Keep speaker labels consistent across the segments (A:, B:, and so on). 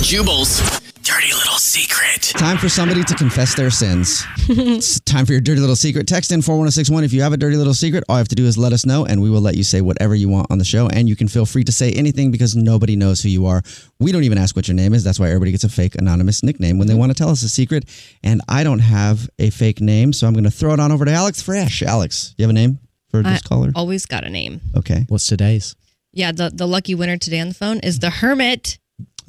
A: Jubal's dirty little secret.
B: Time for somebody to confess their sins. it's time for your dirty little secret. Text in 41061. If you have a dirty little secret, all you have to do is let us know, and we will let you say whatever you want on the show. And you can feel free to say anything because nobody knows who you are. We don't even ask what your name is. That's why everybody gets a fake anonymous nickname when they want to tell us a secret. And I don't have a fake name, so I'm going to throw it on over to Alex Fresh. Alex, you have a name for this
C: Uh,
B: caller?
C: Always got a name.
B: Okay.
D: What's today's?
C: Yeah, the, the lucky winner today on the phone is the Hermit.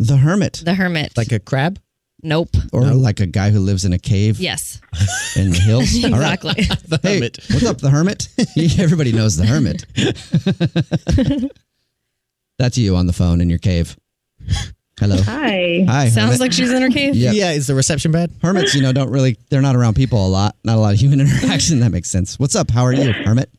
B: The Hermit.
C: The Hermit.
D: Like a crab?
C: nope.
B: Or like a guy who lives in a cave
C: Yes,
B: in the hills. All right.
C: exactly.
D: The
B: Hey,
D: hermit.
B: what's up, the hermit? Everybody knows the hermit. That's you on the phone in your cave. Hello.
E: Hi.
B: Hi.
C: Sounds
B: hermit.
C: like she's in her cave.
B: Yeah.
D: Yeah, is the reception bad?
B: hermits. You know, don't really. They're not around people a lot. Not a lot of human interaction. That makes sense. What's up? How are you, hermit?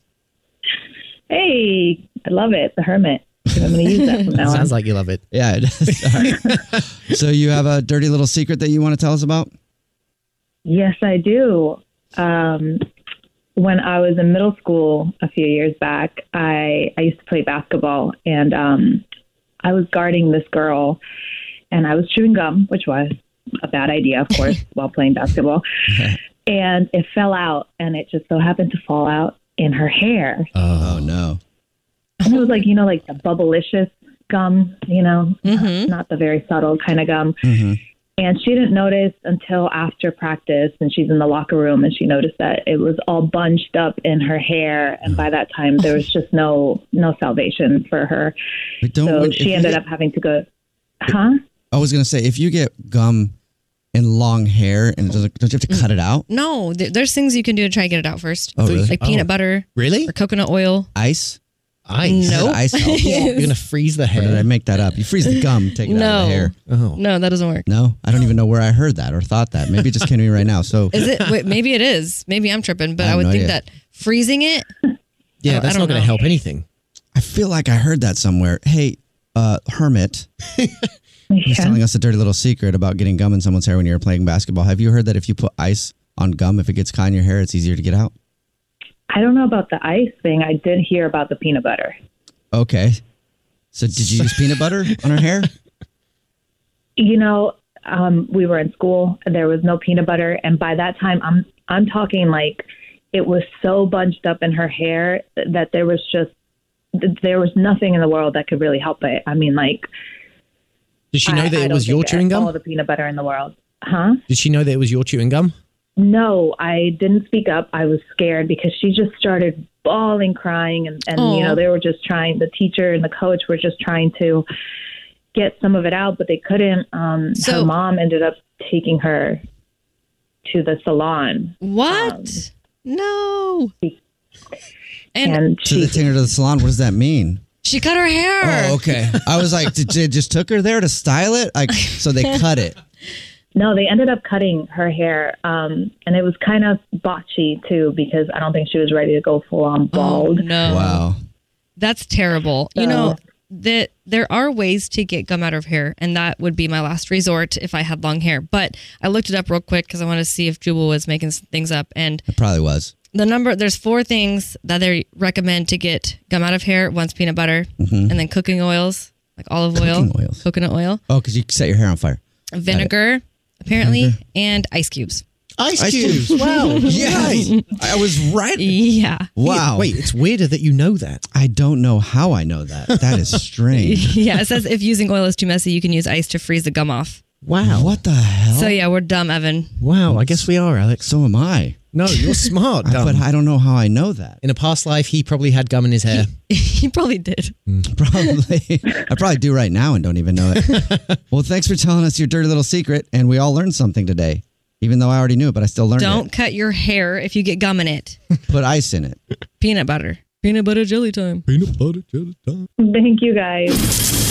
E: Hey, I love it. The Hermit. I'm going to use that from now on.
D: Sounds like you love it.
B: Yeah. It is. All right. so you have a dirty little secret that you want to tell us about?
E: Yes, I do. Um, when I was in middle school a few years back, I, I used to play basketball, and um, I was guarding this girl, and I was chewing gum, which was a bad idea, of course, while playing basketball. And it fell out, and it just so happened to fall out in her hair.
B: Oh, no.
E: And it was like, you know, like the bubblicious gum, you know, not the very subtle kind of gum.
B: hmm
E: And she didn't notice until after practice, and she's in the locker room, and she noticed that it was all bunched up in her hair. And by that time, there was just no no salvation for her.
B: But don't.
E: so
B: when- if
E: she
B: you
E: ended
B: get-
E: up having to go, huh?
B: I was gonna say if you get gum and long hair and it doesn't, don't you have to cut it out?
C: No, th- there's things you can do to try and get it out first.
B: Oh, really?
C: Like peanut
D: Oh.
C: butter
D: Really?
C: or coconut oil.
B: Ice?
D: Ice.
C: No.
B: Did ice help?
D: You're going to freeze the
B: Or did I
D: head.
B: make that up? You freeze the gum, take it out of
C: No.
B: the hair.
D: Oh.
C: No, that doesn't work.
B: No, I don't even know where I heard that or thought that. Maybe it just came to me right now. So
C: Is it? Wait, maybe it is. Maybe I'm tripping, but
B: I
C: I,
B: have
C: would
B: no
C: think
B: idea.
C: that freezing it. I
D: Yeah, that's not
C: don't- I don't
D: going to
C: know.
D: help anything.
B: I feel like I heard that somewhere. Hey, uh, Hermit, he's
E: Yeah.
B: telling us a dirty little secret about getting gum in someone's hair when you're playing basketball. Have you heard that if you put ice on gum, if it gets caught in your hair, it's easier to get out?
E: I don't know about the ice thing. I did hear about the peanut butter.
B: Okay. So did you use peanut butter on her hair?
E: You know, um, we were in school, and there was no peanut butter, and by that time, I'm I'm talking like it was so bunched up in her hair that there was just th- there was nothing in the world that could really help it. I mean, like
D: Did she
E: I-
D: know that
E: I
D: it
E: don't
D: was your
E: think I-
D: chewing
E: All
D: gum?
E: the peanut butter in the world, huh?
D: Did she know that it was your chewing gum?
E: No, I didn't speak up. I was scared because she just started bawling, crying, and, and you
C: Aw.
E: know they were just trying. The teacher and the coach were just trying to get some of it out, but they couldn't. Um,
C: So-
E: her mom ended up taking her to the salon,
C: What?
E: Um,
C: no. And,
E: and,
B: So
E: she
B: they take her to the salon. What does that mean?
C: she cut her hair.
B: Oh, okay. I was like, did they just took her there to style it? Like, so they cut it.
E: no, they ended up cutting her hair, um, and it was kind of botchy too because I don't think she was ready to go full on
C: Oh,
E: bald.
C: no.
B: Wow.
C: That's terrible. you know, that there are ways to get gum out of hair, and that would be my last resort if I had long hair. But I looked it up real quick because I wanted to see if Jubal was making s- things up. And
B: It probably was.
C: the number there's four things that they recommend to get gum out of hair. One's peanut butter, and then cooking oils like olive oil,
B: Mm-hmm. Cooking oils.
C: coconut oil,
B: Oh, because you set your hair on fire.
C: vinegar, apparently, and ice cubes.
D: Ice,
B: Ice
D: cubes.
B: cubes.
D: wow.
B: Yes, I was right.
C: Yeah.
B: Wow.
D: Wait, it's weirder that you know that.
B: I don't know how I know that. That is strange.
C: Yeah, it says if using oil is too messy, you can use ice to freeze the gum off.
D: Wow.
B: What the hell?
C: So yeah, we're dumb, Evan.
D: Wow. Oh, I guess we are, Alex.
B: so am I.
D: No, you're smart.
B: I-
D: Dumb.
B: But I don't know how I know that.
D: In a past life, he probably had gum in his hair.
C: he probably did.
B: Probably. I probably do right now and don't even know it. well, thanks for telling us your dirty little secret, and we all learned something today. Even though I already knew it, but I still learned
C: Don't
B: it.
C: cut your hair if you get gum in it.
B: Put ice in it.
C: Peanut butter. Peanut butter jelly time.
D: Peanut butter jelly time.
E: Thank you guys.